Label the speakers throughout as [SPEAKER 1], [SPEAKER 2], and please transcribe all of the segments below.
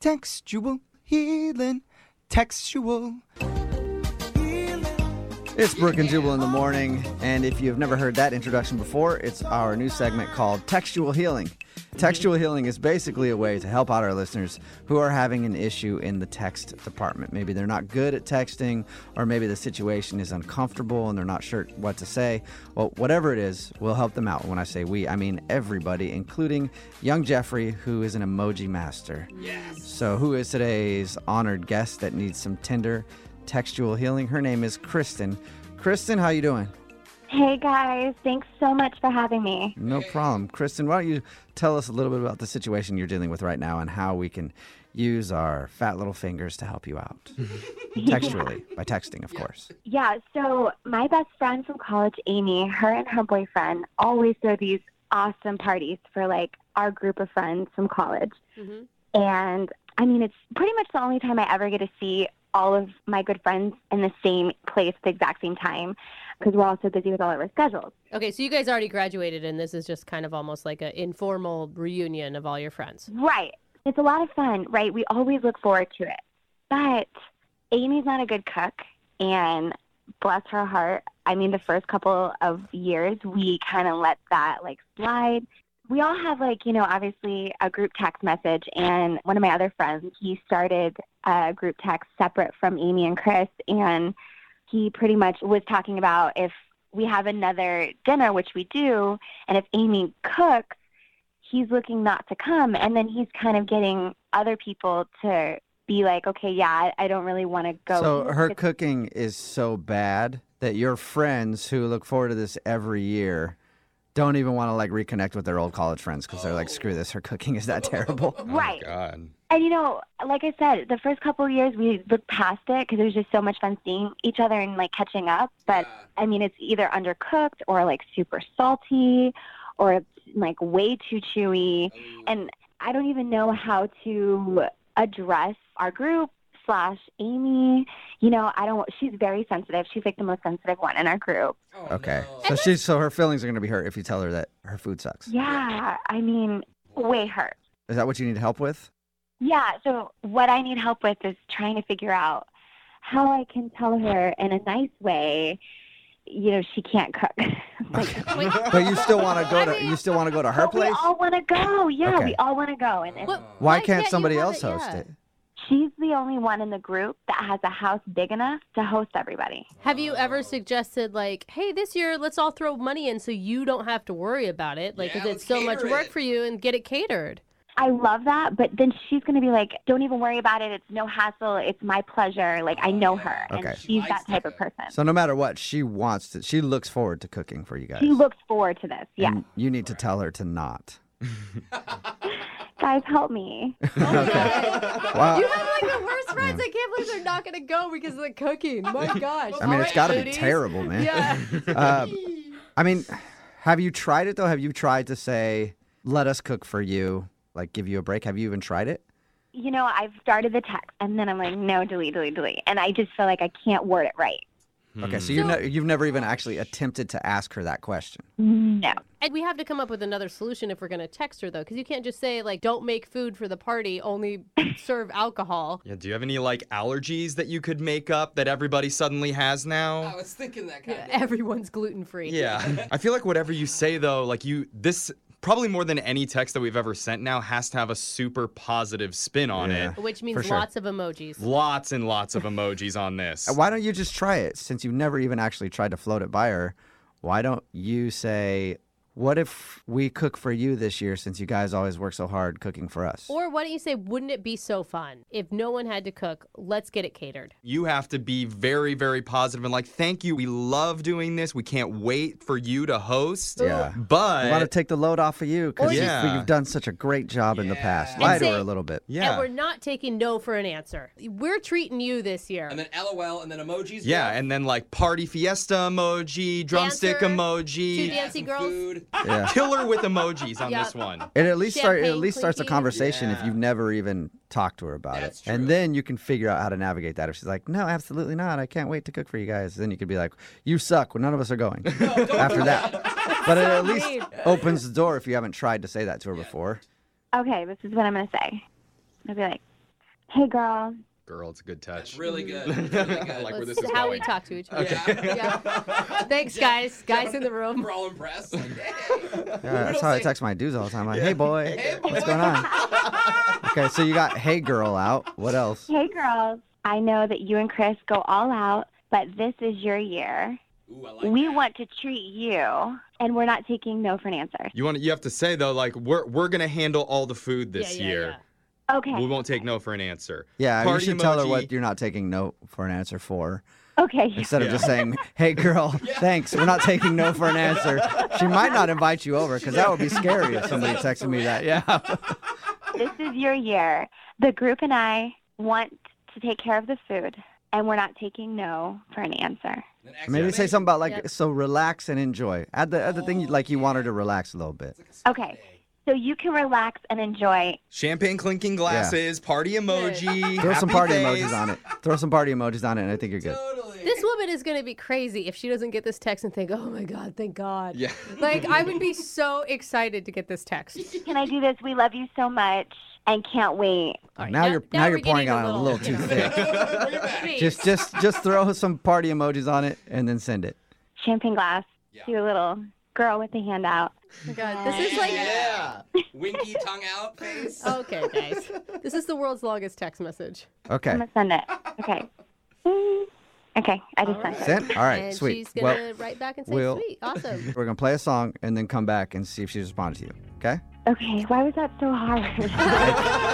[SPEAKER 1] Textual healing. Textual.
[SPEAKER 2] It's Brooke and Jubal in the morning, and if you've never heard that introduction before, it's our new segment called Textual Healing. Textual healing is basically a way to help out our listeners who are having an issue in the text department. Maybe they're not good at texting, or maybe the situation is uncomfortable and they're not sure what to say. Well, whatever it is, we'll help them out. When I say we, I mean everybody, including young Jeffrey, who is an emoji master. Yes. So, who is today's honored guest that needs some tender textual healing? Her name is Kristen. Kristen, how you doing?
[SPEAKER 3] Hey guys, thanks so much for having me.
[SPEAKER 2] No problem. Kristen, why don't you tell us a little bit about the situation you're dealing with right now and how we can use our fat little fingers to help you out? Textually, by texting, of course.
[SPEAKER 3] Yeah, so my best friend from college, Amy, her and her boyfriend always throw these awesome parties for like our group of friends from college.
[SPEAKER 4] Mm-hmm.
[SPEAKER 3] And I mean, it's pretty much the only time I ever get to see all of my good friends in the same place at the exact same time because we're all so busy with all of our schedules.
[SPEAKER 5] Okay, so you guys already graduated, and this is just kind of almost like an informal reunion of all your friends.
[SPEAKER 3] Right. It's a lot of fun, right? We always look forward to it. But Amy's not a good cook, and bless her heart, I mean, the first couple of years, we kind of let that like slide. We all have like, you know, obviously a group text message, and one of my other friends, he started a group text separate from Amy and Chris, and he pretty much was talking about if we have another dinner, which we do, and if Amy cooks, he's looking not to come. And then he's kind of getting other people to be like, okay, yeah, I I don't really want to go.
[SPEAKER 2] So her
[SPEAKER 3] It's-
[SPEAKER 2] cooking is so bad that your friends who look forward to this every year don't even want to like reconnect with their old college friends because they're like, screw this, her cooking is that terrible.
[SPEAKER 3] right.
[SPEAKER 4] God.
[SPEAKER 3] And you know, like I said, the first couple of years we looked past it because it was just so much fun seeing each other and like catching up. But I mean, it's either undercooked or like super salty, or it's like way too chewy. And I don't even know how to address our group slash Amy. You know, I don't. She's very sensitive. She's like the most sensitive one in our group.
[SPEAKER 6] Oh,
[SPEAKER 2] Okay. So she's so her feelings are gonna be hurt if you tell her that her food sucks.
[SPEAKER 3] Yeah, I mean, way hurt.
[SPEAKER 2] Is that what you need help with?
[SPEAKER 3] Yeah, so what I need help with is trying to figure out how I can tell her in a nice way, you know, she can't cook. like,
[SPEAKER 5] Wait,
[SPEAKER 2] But you still want to go to you still want to go to her
[SPEAKER 3] but we
[SPEAKER 2] place.
[SPEAKER 3] all want to go. Yeah,
[SPEAKER 2] Okay.
[SPEAKER 3] we all want to go. And it's,
[SPEAKER 5] what-
[SPEAKER 2] Why
[SPEAKER 5] can't
[SPEAKER 2] can't
[SPEAKER 5] you
[SPEAKER 2] somebody
[SPEAKER 5] have
[SPEAKER 2] else
[SPEAKER 5] it?
[SPEAKER 2] host
[SPEAKER 5] Yeah.
[SPEAKER 2] it?
[SPEAKER 3] she's the only one in the group that has a house big enough to host everybody.
[SPEAKER 5] Have you ever suggested like, hey, this year let's all throw money in so you don't have to worry about it, like 'cause
[SPEAKER 4] Yeah,
[SPEAKER 5] it's
[SPEAKER 4] let's
[SPEAKER 5] so much
[SPEAKER 4] cater
[SPEAKER 5] work
[SPEAKER 4] it.
[SPEAKER 5] for you and get it catered.
[SPEAKER 3] I love that, but then she's going to be like, don't even worry about it. It's no hassle. It's my pleasure. Like, I know her,
[SPEAKER 2] Okay.
[SPEAKER 3] and she's
[SPEAKER 4] She likes
[SPEAKER 3] that type
[SPEAKER 4] to
[SPEAKER 3] of person.
[SPEAKER 2] So no matter what, she wants to. She looks forward to cooking for you guys.
[SPEAKER 3] she looks forward to this. Yeah.
[SPEAKER 2] And you need to tell her to not.
[SPEAKER 3] Guys, help me.
[SPEAKER 2] Wow.
[SPEAKER 5] Oh You have like the worst friends. I can't believe they're not gonna go because of the cooking. My gosh.
[SPEAKER 2] I mean, it's got to be terrible, man.
[SPEAKER 5] Yeah.
[SPEAKER 2] Uh, I mean, have you tried it though? Have you tried to say, "Let us cook for you," like give you a break? Have you even tried it?
[SPEAKER 3] you know, I've started the text and then I'm like, no, delete, delete, delete. And I just feel like I can't word it right.
[SPEAKER 2] Okay, so you've, ne- you've never even actually attempted to ask her that question.
[SPEAKER 3] No.
[SPEAKER 5] And we have to come up with another solution if we're gonna text her though, because you can't just say like, don't make food for the party, only serve alcohol.
[SPEAKER 4] Yeah, do you have any like allergies that you could make up that everybody suddenly has now?
[SPEAKER 6] was thinking that kind
[SPEAKER 5] Everyone's gluten free.
[SPEAKER 4] Yeah. I feel like whatever you say though, like you this probably more than any text that we've ever sent now has to have a super positive spin on
[SPEAKER 2] Yeah.
[SPEAKER 4] it.
[SPEAKER 5] Which means
[SPEAKER 2] For sure.
[SPEAKER 5] lots of emojis.
[SPEAKER 4] Lots and lots of emojis on this.
[SPEAKER 2] Uh, Why don't you just try it? Since you've never even actually tried to float it by her, why don't you say, "What if we cook for you this year?" Since you guys always work so hard cooking for us.
[SPEAKER 5] Or why don't you say, wouldn't it be so fun if no one had to cook? Let's get it catered.
[SPEAKER 4] You have to be very, very positive and like, thank you. We love doing this. We can't wait for you to host.
[SPEAKER 2] Yeah. I want to
[SPEAKER 4] But
[SPEAKER 2] take the load off of you because
[SPEAKER 4] Yeah.
[SPEAKER 2] you've, you've done such a great job in the past.
[SPEAKER 6] And
[SPEAKER 2] Lie to
[SPEAKER 5] say-
[SPEAKER 2] her a little bit.
[SPEAKER 4] yeah.
[SPEAKER 5] And we're not taking no for an answer. We're treating you this year.
[SPEAKER 6] And then LOL and then emojis.
[SPEAKER 4] yeah, and then like party fiesta emoji, drumstick
[SPEAKER 5] Dancer,
[SPEAKER 4] emoji,
[SPEAKER 5] two dan- Fancy
[SPEAKER 6] some
[SPEAKER 5] girls.
[SPEAKER 6] Food.
[SPEAKER 2] Yeah.
[SPEAKER 4] killer with emojis on
[SPEAKER 5] Yeah.
[SPEAKER 4] this one.
[SPEAKER 2] It at least start. It at
[SPEAKER 5] Champagne
[SPEAKER 2] least starts a
[SPEAKER 5] clinkies.
[SPEAKER 2] conversation if
[SPEAKER 4] Yeah.
[SPEAKER 2] you've never even talked to her about
[SPEAKER 6] That's
[SPEAKER 2] it,
[SPEAKER 6] true.
[SPEAKER 2] and then you can figure out how to navigate that. If she's like, "No, absolutely not. I can't wait to cook for you guys," then you could be like, "You suck." Well, none of us are going after that. But it at least
[SPEAKER 5] mean.
[SPEAKER 2] opens the door if you haven't tried to say that to her before.
[SPEAKER 3] Okay, this is what I'm going to say. I'll be like, Hey, girl.
[SPEAKER 4] Girl, it's a good touch.
[SPEAKER 6] That's really good. Really
[SPEAKER 4] I
[SPEAKER 6] good.
[SPEAKER 4] like where
[SPEAKER 5] That's
[SPEAKER 4] this is
[SPEAKER 5] how
[SPEAKER 4] going.
[SPEAKER 5] we talk to each other.
[SPEAKER 6] Okay.
[SPEAKER 5] Yeah. Thanks, guys. Guys in the room.
[SPEAKER 6] We're all impressed. Like, hey.
[SPEAKER 2] Yeah, that's how I text my dudes all the time. Like, hey boy,
[SPEAKER 6] Hey,
[SPEAKER 2] what's
[SPEAKER 6] boy.
[SPEAKER 2] going on? okay, so you got hey girl out. What else?
[SPEAKER 3] Hey, girls. I know that you and Chris go all out, but this is your year.
[SPEAKER 6] Ooh, I like
[SPEAKER 3] We
[SPEAKER 6] that.
[SPEAKER 3] want to treat you, and we're not taking no for an answer.
[SPEAKER 4] You want you have to say though, like we're we're gonna handle all the food this
[SPEAKER 5] yeah,
[SPEAKER 4] year.
[SPEAKER 3] Okay.
[SPEAKER 4] We won't take no for an answer.
[SPEAKER 2] Yeah,
[SPEAKER 4] Party
[SPEAKER 2] you should tell her what
[SPEAKER 4] emoji.
[SPEAKER 2] you're not taking no for an answer for.
[SPEAKER 3] Okay.
[SPEAKER 2] Instead of
[SPEAKER 4] Yeah.
[SPEAKER 2] just saying, hey girl, thanks, we're not taking no for an answer. She might not invite you over because that would be scary if somebody
[SPEAKER 6] Is that a
[SPEAKER 2] texted me that. Yeah.
[SPEAKER 3] this is your year. The group and I want to take care of the food, and we're not taking no for an answer.
[SPEAKER 6] An exclamation.
[SPEAKER 2] Maybe say something about like,
[SPEAKER 5] Yep.
[SPEAKER 2] so relax and enjoy. Add the other thing, you-
[SPEAKER 6] Oh,
[SPEAKER 2] like you want her to relax a little bit.
[SPEAKER 6] It's like a
[SPEAKER 3] Okay.
[SPEAKER 6] Sunday.
[SPEAKER 3] So you can relax and enjoy.
[SPEAKER 4] Champagne clinking glasses, party emoji.
[SPEAKER 2] Throw some
[SPEAKER 4] happy
[SPEAKER 2] party
[SPEAKER 4] face.
[SPEAKER 2] emojis on it. Throw some party emojis on it, and I think you're good.
[SPEAKER 6] Totally.
[SPEAKER 5] This woman is going to be crazy if she doesn't get this text and think, oh my God, thank God.
[SPEAKER 4] Yeah.
[SPEAKER 5] Like, I would be so excited to get this text.
[SPEAKER 3] Can I do this? We love you so much and can't wait.
[SPEAKER 5] All right,
[SPEAKER 2] now you're- now you're
[SPEAKER 5] we're
[SPEAKER 2] pouring
[SPEAKER 5] getting
[SPEAKER 2] it on a little too
[SPEAKER 5] you know,
[SPEAKER 2] thick.
[SPEAKER 6] Bring it back.
[SPEAKER 5] geez.
[SPEAKER 2] Just, just, just throw some party emojis on it, and then send it.
[SPEAKER 3] Champagne glass
[SPEAKER 6] Yeah.
[SPEAKER 3] to a little girl with a handout.
[SPEAKER 5] Oh God, this is like.
[SPEAKER 6] Yeah. Winky tongue out face.
[SPEAKER 5] Okay, guys. This is the world's longest text message.
[SPEAKER 2] Okay.
[SPEAKER 3] I'm going to send it. Okay. Mm. Okay. I just
[SPEAKER 5] All
[SPEAKER 3] sent it.
[SPEAKER 2] Sent? All right,
[SPEAKER 5] and
[SPEAKER 2] sweet.
[SPEAKER 5] she's
[SPEAKER 2] well,
[SPEAKER 5] going to write back and say,
[SPEAKER 2] we'll-
[SPEAKER 5] sweet, awesome.
[SPEAKER 2] we're gonna play a song and then come back and see if she responded to you. Okay?
[SPEAKER 3] Okay. Why was that so hard?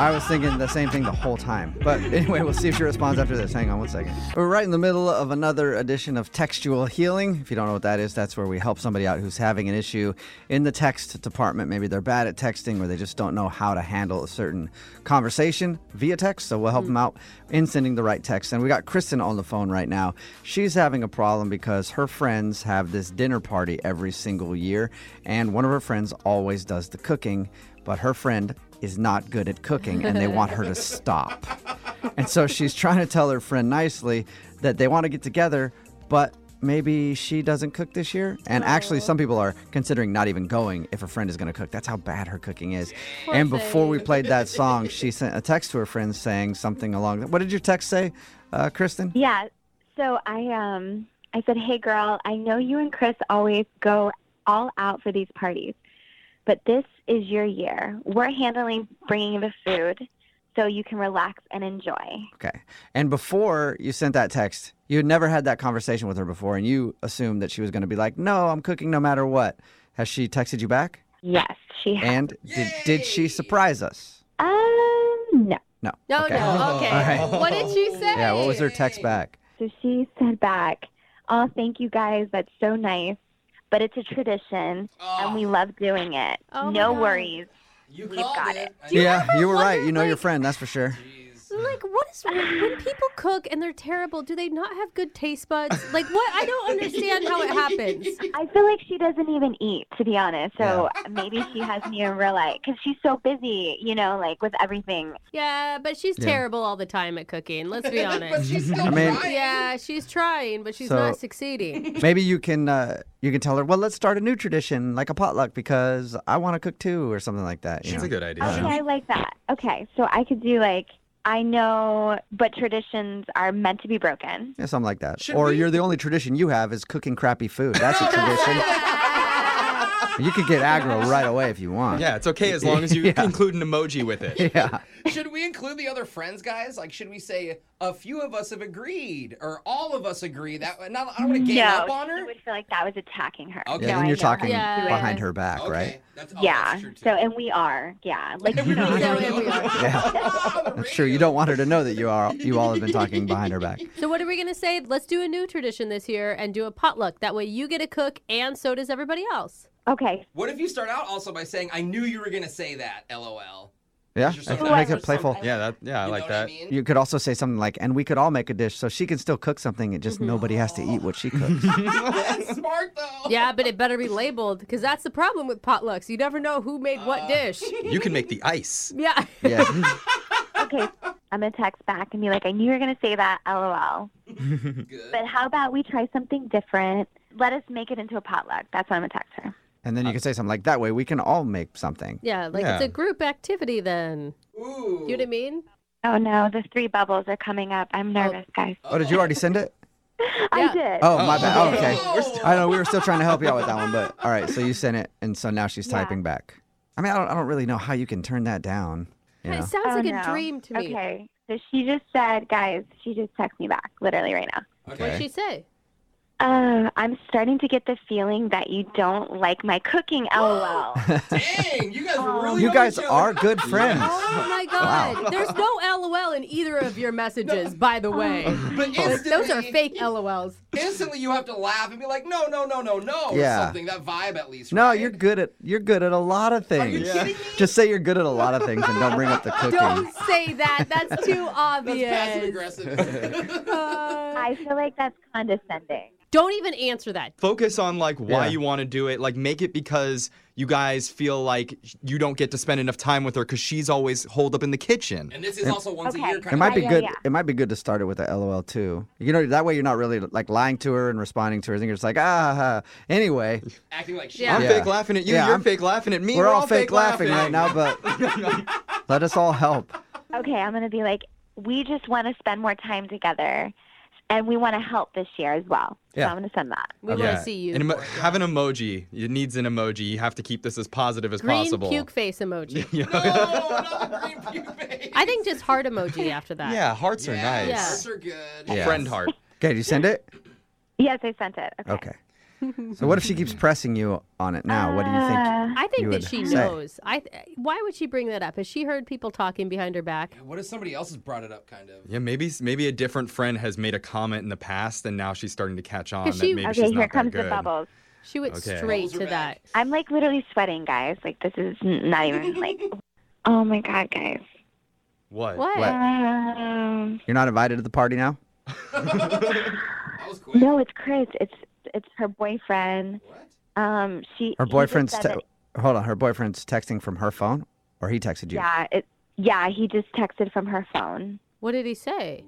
[SPEAKER 2] I was thinking the same thing the whole time. But anyway, we'll see if she responds after this. Hang on one second. We're right in the middle of another edition of Textual Healing. If you don't know what that is, that's where we help somebody out who's having an issue in the text department. Maybe they're bad at texting or they just don't know how to handle a certain conversation via text. So we'll help them out in sending the right text. And we got Kristen on the phone right now. She's having a problem because her friends have this dinner party every single year, and one of her friends always does the cooking, but her friend is not good at cooking and they want her to stop. And so she's trying to tell her friend nicely that they want to get together, but maybe she doesn't cook this year. And actually, some people are considering not even going if her friend is going to cook. That's how bad her cooking is. And before we played that song, she sent a text to her friend saying something along. What did your text say, uh, Kristen?
[SPEAKER 3] Yeah. So I um I said, "Hey girl, I know you and Chris always go all out for these parties, but this is your year. We're handling bringing the food, so you can relax and enjoy."
[SPEAKER 2] Okay. And before you sent that text, you had never had that conversation with her before, and you assumed that she was going to be like, "No, I'm cooking no matter what." Has she texted you back?
[SPEAKER 3] Yes, she. Had.
[SPEAKER 2] And did, did she surprise us?
[SPEAKER 3] Um, no.
[SPEAKER 2] No.
[SPEAKER 5] No,
[SPEAKER 2] Okay.
[SPEAKER 5] no. Okay.
[SPEAKER 2] All
[SPEAKER 5] What did she say?
[SPEAKER 2] Yeah. What was her text back?
[SPEAKER 3] So she said back, "Oh, thank you guys. That's so nice." But it's a tradition, and we love doing it.
[SPEAKER 5] Oh, my
[SPEAKER 3] no
[SPEAKER 5] God.
[SPEAKER 3] worries.
[SPEAKER 6] You
[SPEAKER 3] We've
[SPEAKER 6] called
[SPEAKER 3] got
[SPEAKER 6] it. I
[SPEAKER 2] yeah, you were right.
[SPEAKER 5] wonder,
[SPEAKER 2] You know your
[SPEAKER 5] like-
[SPEAKER 2] friend, that's for sure.
[SPEAKER 6] Jeez.
[SPEAKER 5] Like, what is when people cook and they're terrible? Do they not have good taste buds? Like, what? I don't understand how it happens.
[SPEAKER 3] I feel like she doesn't even eat, to be honest. So maybe she hasn't even realized because she's so busy, you know, like with everything.
[SPEAKER 5] Yeah, but she's
[SPEAKER 2] Yeah.
[SPEAKER 5] terrible all the time at cooking. Let's be
[SPEAKER 6] But
[SPEAKER 5] honest.
[SPEAKER 6] she's still
[SPEAKER 2] I mean-
[SPEAKER 6] trying.
[SPEAKER 5] yeah, she's trying, but she's
[SPEAKER 2] So-
[SPEAKER 5] not succeeding.
[SPEAKER 2] Maybe you can uh, you can tell her, well, let's start a new tradition, like a potluck, because I want to cook too, or something like that. you
[SPEAKER 4] She's a
[SPEAKER 2] know?
[SPEAKER 4] good idea.
[SPEAKER 3] Okay, I like that. Okay, so I could do like I know, but traditions are meant to be broken.
[SPEAKER 2] Yeah, something like that.
[SPEAKER 6] Should
[SPEAKER 2] or
[SPEAKER 6] we-
[SPEAKER 2] you're the only tradition you have is cooking crappy food. That's a tradition. you could get aggro right away if you want.
[SPEAKER 4] Yeah, it's okay as long as you include an emoji with it.
[SPEAKER 2] Yeah.
[SPEAKER 6] Should we include the other friends, guys? Like, should we say a few of us have agreed, or all of us agree? That not, I don't want to game
[SPEAKER 3] no,
[SPEAKER 6] up on
[SPEAKER 3] she
[SPEAKER 6] her.
[SPEAKER 3] would feel like that was attacking her.
[SPEAKER 6] Okay.
[SPEAKER 2] Yeah,
[SPEAKER 6] No,
[SPEAKER 2] then
[SPEAKER 3] I
[SPEAKER 2] you're
[SPEAKER 3] know.
[SPEAKER 2] talking
[SPEAKER 5] Yeah.
[SPEAKER 2] behind her back,
[SPEAKER 6] Okay,
[SPEAKER 2] right?
[SPEAKER 6] that's, oh,
[SPEAKER 3] yeah.
[SPEAKER 6] That's true too.
[SPEAKER 3] so and we are. Yeah. Like you know,
[SPEAKER 5] really
[SPEAKER 3] I-
[SPEAKER 5] are. Yeah, we are.
[SPEAKER 2] Yeah. That's true. You don't want her to know that you are you all have been talking behind her back.
[SPEAKER 5] so, what are we going to say? Let's do a new tradition this year and do a potluck. That way, you get to cook, and so does everybody else.
[SPEAKER 3] okay.
[SPEAKER 6] What if you start out also by saying, "I knew you were gonna say that." LOL.
[SPEAKER 2] Yeah,
[SPEAKER 6] Just
[SPEAKER 2] and
[SPEAKER 6] something
[SPEAKER 2] make
[SPEAKER 6] else
[SPEAKER 2] it
[SPEAKER 6] or
[SPEAKER 2] playful.
[SPEAKER 6] something.
[SPEAKER 4] Yeah, that yeah, I
[SPEAKER 6] you
[SPEAKER 4] like
[SPEAKER 6] know
[SPEAKER 4] that.
[SPEAKER 6] What I mean?
[SPEAKER 2] You could also say something like, "And we could all make a dish, so she can still cook something. It just
[SPEAKER 6] Mm-hmm.
[SPEAKER 2] nobody has to eat what she cooks."
[SPEAKER 6] that's smart though.
[SPEAKER 5] Yeah, but it better be labeled because that's the problem with potlucks. You never know who made
[SPEAKER 3] Uh.
[SPEAKER 5] what dish.
[SPEAKER 4] You can make the ice.
[SPEAKER 5] Yeah.
[SPEAKER 2] yeah,
[SPEAKER 3] Okay. I'm gonna text back and be like, I knew you were gonna say that, lol.
[SPEAKER 6] Good.
[SPEAKER 3] But how about we try something different? Let us make it into a potluck. That's what I'm gonna text her.
[SPEAKER 2] and then you could say something like, "That way, we can all make something."
[SPEAKER 5] Yeah, like it's
[SPEAKER 4] Yeah.
[SPEAKER 5] a group activity then.
[SPEAKER 6] Ooh.
[SPEAKER 5] You know what I mean?
[SPEAKER 3] Oh no, the three bubbles are coming up. I'm nervous, guys.
[SPEAKER 2] Oh, did you already send it?
[SPEAKER 3] I
[SPEAKER 5] Yeah.
[SPEAKER 3] did.
[SPEAKER 2] Oh, my bad. Oh, okay.
[SPEAKER 6] We're still-
[SPEAKER 2] I know we were still trying to help you out with that one, but all right. So you sent it, and so now she's
[SPEAKER 3] Yeah.
[SPEAKER 2] typing back. I mean, I don't, I don't really know how you can turn that down. You know?
[SPEAKER 5] It sounds
[SPEAKER 3] Oh,
[SPEAKER 5] like
[SPEAKER 3] no.
[SPEAKER 5] a dream to me.
[SPEAKER 3] Okay. So she just said, guys, she just texted me back literally right now.
[SPEAKER 5] What'd she say?
[SPEAKER 3] Uh, I'm starting to get the feeling that you don't like my cooking, lol.
[SPEAKER 6] Dang, you guys
[SPEAKER 3] Oh.
[SPEAKER 6] really
[SPEAKER 2] You
[SPEAKER 6] know
[SPEAKER 2] guys
[SPEAKER 6] each other.
[SPEAKER 2] are good friends.
[SPEAKER 5] Oh my god. There's no LOL in either of your messages, by the way.
[SPEAKER 6] But
[SPEAKER 5] Like,
[SPEAKER 6] instantly,
[SPEAKER 5] those are fake LOLs.
[SPEAKER 6] Instantly, you have to laugh and be like, no, no, no, no, no,
[SPEAKER 2] Yeah.
[SPEAKER 6] or something. That vibe, at least.
[SPEAKER 2] No,
[SPEAKER 6] right?
[SPEAKER 2] you're good at you're good at a lot of things.
[SPEAKER 6] you kidding me?
[SPEAKER 2] Just say you're good at a lot of things and don't bring up the cooking.
[SPEAKER 5] Don't say that. That's too
[SPEAKER 6] That's passive
[SPEAKER 5] obvious.
[SPEAKER 6] aggressive.
[SPEAKER 5] Uh,
[SPEAKER 3] I feel like that's condescending.
[SPEAKER 5] don't even answer that.
[SPEAKER 4] Focus on like why
[SPEAKER 2] Yeah.
[SPEAKER 4] you want to do it. Like make it because you guys feel like you don't get to spend enough time with her because she's always holed up in the kitchen.
[SPEAKER 6] and this is also once a
[SPEAKER 3] Okay.
[SPEAKER 6] year
[SPEAKER 2] It
[SPEAKER 6] kind
[SPEAKER 2] might
[SPEAKER 6] of.
[SPEAKER 2] be
[SPEAKER 3] Yeah, yeah,
[SPEAKER 2] good.
[SPEAKER 3] yeah.
[SPEAKER 2] It might be good to start it with a LOL too. You know, that way you're not really like lying to her and responding to her. And you're just like, ah. ha." Anyway,
[SPEAKER 6] acting like shit.
[SPEAKER 5] Yeah.
[SPEAKER 4] I'm
[SPEAKER 2] Yeah.
[SPEAKER 4] fake laughing at you.
[SPEAKER 2] Yeah,
[SPEAKER 4] you're
[SPEAKER 2] I'm-
[SPEAKER 4] fake laughing at me.
[SPEAKER 2] we're, all fake laughing right now, but let us all help.
[SPEAKER 3] Okay, I'm going to be like, we just want to spend more time together and we want to help this year as well. So
[SPEAKER 2] Yeah.
[SPEAKER 3] I'm going to send that.
[SPEAKER 5] We want to see you.
[SPEAKER 4] An emo- have an emoji. It needs an emoji. You have to keep this as positive as
[SPEAKER 5] Green
[SPEAKER 4] possible.
[SPEAKER 5] puke face emoji.
[SPEAKER 4] yeah.
[SPEAKER 6] No, not the green puke
[SPEAKER 5] I think just heart emoji after that.
[SPEAKER 4] Yeah, hearts are nice.
[SPEAKER 5] Yeah.
[SPEAKER 6] Hearts are good.
[SPEAKER 4] A Friend heart.
[SPEAKER 2] Okay, did you send it?
[SPEAKER 3] Yes, I sent it. Okay.
[SPEAKER 2] Okay. So what if she keeps pressing you on it now? What do you think?
[SPEAKER 3] Uh,
[SPEAKER 5] I
[SPEAKER 2] You
[SPEAKER 5] think
[SPEAKER 2] would
[SPEAKER 5] that she
[SPEAKER 2] say.
[SPEAKER 5] knows. I. Th- eh, why would she bring that up? Has she heard people talking behind her back?
[SPEAKER 6] What if somebody else has brought it up, kind of?
[SPEAKER 4] Yeah, maybe maybe a different friend has made a comment in the past, and now she's starting to catch on that
[SPEAKER 5] 'Cause she-
[SPEAKER 4] maybe
[SPEAKER 3] okay,
[SPEAKER 4] she's
[SPEAKER 3] here
[SPEAKER 4] not
[SPEAKER 3] comes
[SPEAKER 4] that good.
[SPEAKER 3] the bubbles.
[SPEAKER 5] She went
[SPEAKER 4] Okay.
[SPEAKER 5] straight
[SPEAKER 6] Rolls her
[SPEAKER 5] to that.
[SPEAKER 6] back.
[SPEAKER 3] I'm like literally sweating, guys. Like, this is n- not even like, oh my God, guys.
[SPEAKER 4] What?
[SPEAKER 5] What?
[SPEAKER 2] What?
[SPEAKER 3] Um,
[SPEAKER 2] You're not invited to the party now?
[SPEAKER 6] That was quick.
[SPEAKER 3] No, it's Chris. It's it's her boyfriend.
[SPEAKER 6] What?
[SPEAKER 3] Um, she
[SPEAKER 2] Her
[SPEAKER 3] he just
[SPEAKER 2] boyfriend's
[SPEAKER 3] said
[SPEAKER 2] te-
[SPEAKER 3] that-
[SPEAKER 2] hold on. Her boyfriend's texting from her phone, or he texted you.
[SPEAKER 3] yeah, it yeah. He just texted from her phone.
[SPEAKER 5] What did he say?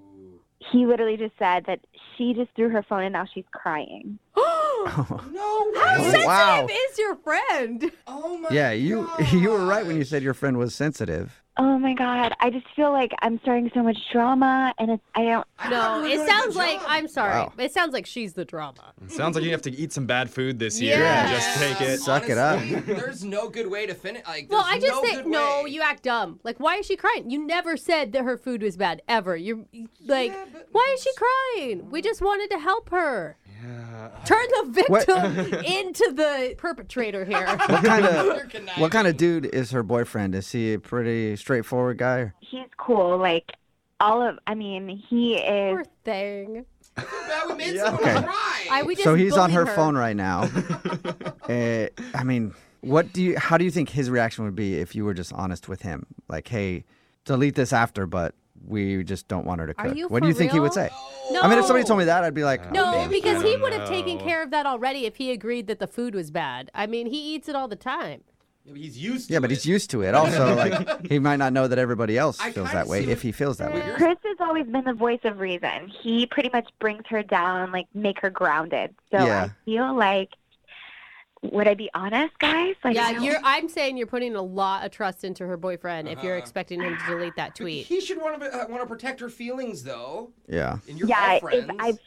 [SPEAKER 3] He literally just said that she just threw her phone and now she's crying.
[SPEAKER 6] No.
[SPEAKER 5] How
[SPEAKER 6] way.
[SPEAKER 5] sensitive
[SPEAKER 2] Oh, Wow.
[SPEAKER 5] is your friend?
[SPEAKER 6] Oh my.
[SPEAKER 2] Yeah, you you were right when you said your friend was sensitive.
[SPEAKER 3] Oh my god, I just feel like I'm starting so much drama, and it's I don't.
[SPEAKER 5] No, it sounds like I'm sorry.
[SPEAKER 2] Wow.
[SPEAKER 5] It sounds like she's the drama.
[SPEAKER 4] Sounds like you have to eat some bad food this year and just
[SPEAKER 5] Yes.
[SPEAKER 4] take it.
[SPEAKER 2] Suck it
[SPEAKER 6] Honestly, There's no good way to finish. Like,
[SPEAKER 5] Well, I
[SPEAKER 6] there's
[SPEAKER 5] just
[SPEAKER 6] no
[SPEAKER 5] think
[SPEAKER 6] good
[SPEAKER 5] no,
[SPEAKER 6] way.
[SPEAKER 5] you act dumb. Like, why is she crying? You never said that her food was bad ever. You're like, why is she crying? We just wanted to help her. Turn the
[SPEAKER 2] What-
[SPEAKER 5] victim into the perpetrator here.
[SPEAKER 2] What kind of
[SPEAKER 6] You're
[SPEAKER 2] what kind of dude is her boyfriend? Is he a pretty straightforward guy?
[SPEAKER 3] He's cool. Like all of. I mean, he is.
[SPEAKER 5] Poor thing.
[SPEAKER 6] Bad, we made someone
[SPEAKER 2] Okay.
[SPEAKER 6] cry.
[SPEAKER 5] I, we just
[SPEAKER 2] so he's on
[SPEAKER 5] bullied
[SPEAKER 2] her, phone right now. Uh, I mean, what do you? How do you think his reaction would be if you were just honest with him? Like, hey, delete this after, but we just don't want her to
[SPEAKER 5] Are
[SPEAKER 2] cook.
[SPEAKER 5] you
[SPEAKER 2] what
[SPEAKER 5] for
[SPEAKER 2] do you think he would
[SPEAKER 5] real?
[SPEAKER 2] say? I mean, if somebody
[SPEAKER 5] No.
[SPEAKER 2] told me that, I'd be like,
[SPEAKER 5] No,
[SPEAKER 4] Maybe. I
[SPEAKER 5] because
[SPEAKER 4] don't
[SPEAKER 5] he would have taken
[SPEAKER 4] know.
[SPEAKER 5] care of that already if he agreed that the food was bad. I mean, he eats it all the time.
[SPEAKER 6] Yeah, but he's used. To
[SPEAKER 2] yeah, but
[SPEAKER 6] it.
[SPEAKER 2] he's used to it. Also, like, he might not know that everybody else
[SPEAKER 6] I
[SPEAKER 2] feels
[SPEAKER 6] kinda
[SPEAKER 2] that way
[SPEAKER 6] see
[SPEAKER 2] if he feels that way.
[SPEAKER 6] What you're
[SPEAKER 3] Chris has always been the voice of reason. He pretty much brings her down, like make her grounded. So
[SPEAKER 2] Yeah.
[SPEAKER 3] I feel like, would I be honest, guys? Like, I
[SPEAKER 5] Yeah,
[SPEAKER 3] don't-
[SPEAKER 5] you're. I'm saying you're putting a lot of trust into her boyfriend if you're
[SPEAKER 6] Uh-huh.
[SPEAKER 5] expecting him to delete that
[SPEAKER 6] But
[SPEAKER 5] tweet,
[SPEAKER 6] He should want to uh, want to protect her feelings though.
[SPEAKER 2] Yeah.
[SPEAKER 6] And you're
[SPEAKER 3] yeah.
[SPEAKER 6] all friends.
[SPEAKER 3] If I've,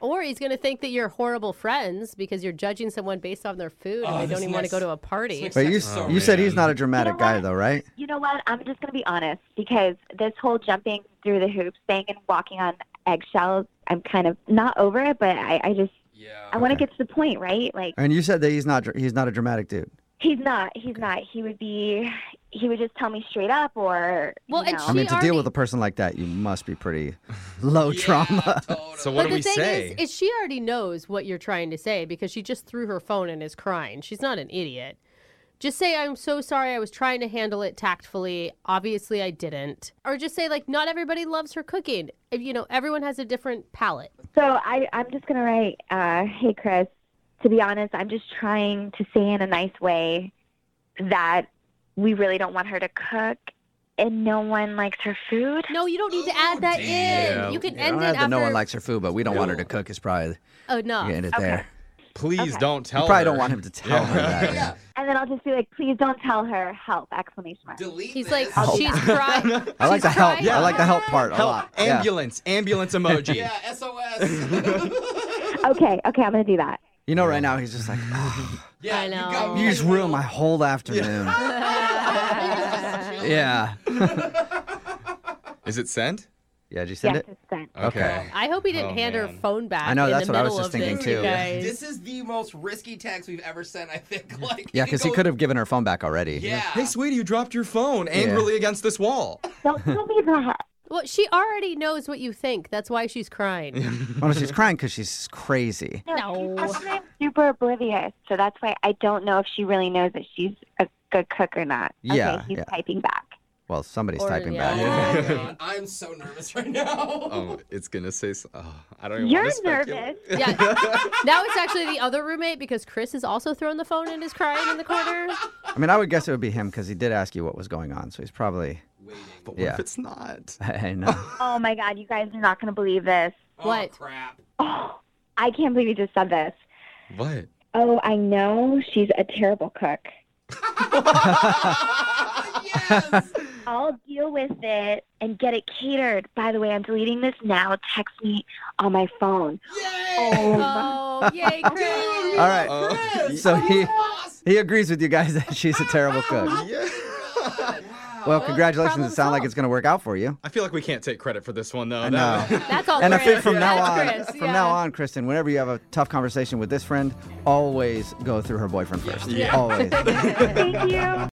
[SPEAKER 5] or he's gonna think that you're horrible friends because you're judging someone based on their food
[SPEAKER 6] Oh,
[SPEAKER 5] and they
[SPEAKER 6] this
[SPEAKER 5] don't even want to
[SPEAKER 6] next-
[SPEAKER 5] go to a party.
[SPEAKER 6] this next-
[SPEAKER 2] But you,
[SPEAKER 6] So
[SPEAKER 2] you said
[SPEAKER 4] man.
[SPEAKER 2] he's not a dramatic
[SPEAKER 3] You know
[SPEAKER 2] guy,
[SPEAKER 3] what?
[SPEAKER 2] though, right?
[SPEAKER 3] you know what? I'm just gonna be honest because this whole jumping through the hoops thing and walking on eggshells, I'm kind of not over it. But I, I just,
[SPEAKER 6] yeah.
[SPEAKER 3] I want to get to the point, right? Like,
[SPEAKER 2] And you said that he's not he's not a dramatic dude.
[SPEAKER 3] he's not. He's not. He would be. He would just tell me straight up, or
[SPEAKER 5] Well,
[SPEAKER 3] you
[SPEAKER 5] and
[SPEAKER 3] know.
[SPEAKER 2] I
[SPEAKER 5] She
[SPEAKER 2] mean, to deal
[SPEAKER 5] already-
[SPEAKER 2] with a person like that, you must be pretty low
[SPEAKER 6] Yeah,
[SPEAKER 2] trauma.
[SPEAKER 6] totally.
[SPEAKER 4] So
[SPEAKER 5] But
[SPEAKER 4] what do
[SPEAKER 5] the
[SPEAKER 4] we
[SPEAKER 5] thing
[SPEAKER 4] say?
[SPEAKER 5] is, is she already knows what you're trying to say because she just threw her phone and is crying. She's not an idiot. Just say I'm so sorry. I was trying to handle it tactfully. Obviously, I didn't. Or just say like not everybody loves her cooking. If- You know, everyone has a different palate.
[SPEAKER 3] So I, I'm just gonna write, uh, "Hey Chris, to be honest, I'm just trying to say in a nice way that we really don't want her to cook, and no one likes her food."
[SPEAKER 5] No, you don't need to add that
[SPEAKER 4] Yeah.
[SPEAKER 5] in. You can
[SPEAKER 2] Yeah, I
[SPEAKER 5] end
[SPEAKER 2] don't
[SPEAKER 5] it
[SPEAKER 2] have
[SPEAKER 5] after
[SPEAKER 2] that
[SPEAKER 5] Oh,
[SPEAKER 2] no one likes her food, but we don't want her to cook. Is probably
[SPEAKER 5] enough.
[SPEAKER 2] you end it there.
[SPEAKER 4] Please don't tell
[SPEAKER 2] You probably
[SPEAKER 4] her.
[SPEAKER 2] don't want him to tell her that.
[SPEAKER 6] Yeah.
[SPEAKER 3] And and then I'll just be like, please don't tell her. Help! Exclamation mark.
[SPEAKER 6] Delete
[SPEAKER 5] He's
[SPEAKER 6] this.
[SPEAKER 5] like,
[SPEAKER 2] Help.
[SPEAKER 5] she's crying.
[SPEAKER 2] I like the
[SPEAKER 5] She's
[SPEAKER 2] help.
[SPEAKER 5] trying
[SPEAKER 2] I like the help part
[SPEAKER 5] hard.
[SPEAKER 2] a
[SPEAKER 4] Help,
[SPEAKER 2] lot. Yeah.
[SPEAKER 4] ambulance, ambulance emoji.
[SPEAKER 6] yeah, SOS.
[SPEAKER 3] Okay, okay, I'm gonna do that.
[SPEAKER 2] You know, right now he's just like, "Ah,
[SPEAKER 6] yeah,
[SPEAKER 5] I
[SPEAKER 6] you
[SPEAKER 5] know.
[SPEAKER 6] got me.
[SPEAKER 2] you just ruined my whole afternoon. yeah.
[SPEAKER 4] Is it sent?
[SPEAKER 2] Yeah. Did you send
[SPEAKER 3] Yes,
[SPEAKER 2] it?
[SPEAKER 3] it's sent.
[SPEAKER 4] Okay.
[SPEAKER 5] I hope he didn't
[SPEAKER 4] Oh,
[SPEAKER 5] hand her
[SPEAKER 4] man.
[SPEAKER 5] phone back.
[SPEAKER 2] I know,
[SPEAKER 5] in
[SPEAKER 2] that's
[SPEAKER 5] the
[SPEAKER 2] what I was
[SPEAKER 5] middle
[SPEAKER 2] just
[SPEAKER 5] of
[SPEAKER 2] thinking,
[SPEAKER 5] this,
[SPEAKER 2] too.
[SPEAKER 5] you guys.
[SPEAKER 6] This is the most risky text we've ever sent, I think. Like,
[SPEAKER 2] Yeah, because he
[SPEAKER 6] goes-
[SPEAKER 2] could have given her phone back already.
[SPEAKER 6] Yeah.
[SPEAKER 4] Hey, sweetie, you dropped your phone angrily against this wall.
[SPEAKER 3] Don't tell me that.
[SPEAKER 5] Well, she already knows what you think. That's why she's crying.
[SPEAKER 2] Well, she's crying because she's crazy.
[SPEAKER 5] No.
[SPEAKER 3] I'm super oblivious, so that's why I don't know if she really knows that she's a good cook or not.
[SPEAKER 2] Yeah,
[SPEAKER 3] okay, he's
[SPEAKER 2] yeah.
[SPEAKER 3] typing back.
[SPEAKER 2] Well, somebody's
[SPEAKER 5] Or-
[SPEAKER 2] typing
[SPEAKER 5] yeah.
[SPEAKER 6] Oh,
[SPEAKER 2] back.
[SPEAKER 6] my God. I'm so nervous right now.
[SPEAKER 4] Oh, it's gonna say. s- Oh, I don't even.
[SPEAKER 3] You're
[SPEAKER 4] wanna speculate.
[SPEAKER 5] yeah. That was actually the other roommate because Chris is also throwing the phone and is crying in the corner.
[SPEAKER 2] I mean, I would guess it would be him because he did ask you what was going on. So he's probably.
[SPEAKER 4] But what
[SPEAKER 2] Yeah.
[SPEAKER 4] if it's not?
[SPEAKER 2] I know.
[SPEAKER 3] Oh my God, you guys are not gonna believe this.
[SPEAKER 6] Oh,
[SPEAKER 5] What?
[SPEAKER 6] crap.
[SPEAKER 3] Oh, I can't believe you just said this.
[SPEAKER 4] What?
[SPEAKER 3] Oh, I know she's a terrible cook.
[SPEAKER 6] yes.
[SPEAKER 3] I'll deal with it and get it catered. By the way, I'm deleting this now. Text me on my phone.
[SPEAKER 6] Yay.
[SPEAKER 5] Oh, yay, Chris.
[SPEAKER 2] All right.
[SPEAKER 4] Uh,
[SPEAKER 6] Chris,
[SPEAKER 2] So
[SPEAKER 6] you
[SPEAKER 2] he-
[SPEAKER 6] lost.
[SPEAKER 2] He agrees with you guys that she's a terrible cook.
[SPEAKER 4] Yeah.
[SPEAKER 2] Well, congratulations.
[SPEAKER 5] problem
[SPEAKER 2] It sounds like
[SPEAKER 5] solved.
[SPEAKER 2] it's going to work out for you.
[SPEAKER 4] I feel like we can't take credit for this one though.
[SPEAKER 2] I
[SPEAKER 4] That-
[SPEAKER 2] know.
[SPEAKER 5] That's all
[SPEAKER 2] And I
[SPEAKER 5] Chris.
[SPEAKER 2] think from now on,
[SPEAKER 5] That's Chris,
[SPEAKER 2] from
[SPEAKER 5] yeah.
[SPEAKER 2] now on, Kristen, whenever you have a tough conversation with this friend, always go through her boyfriend first.
[SPEAKER 4] Yeah.
[SPEAKER 2] Always.
[SPEAKER 3] Thank you.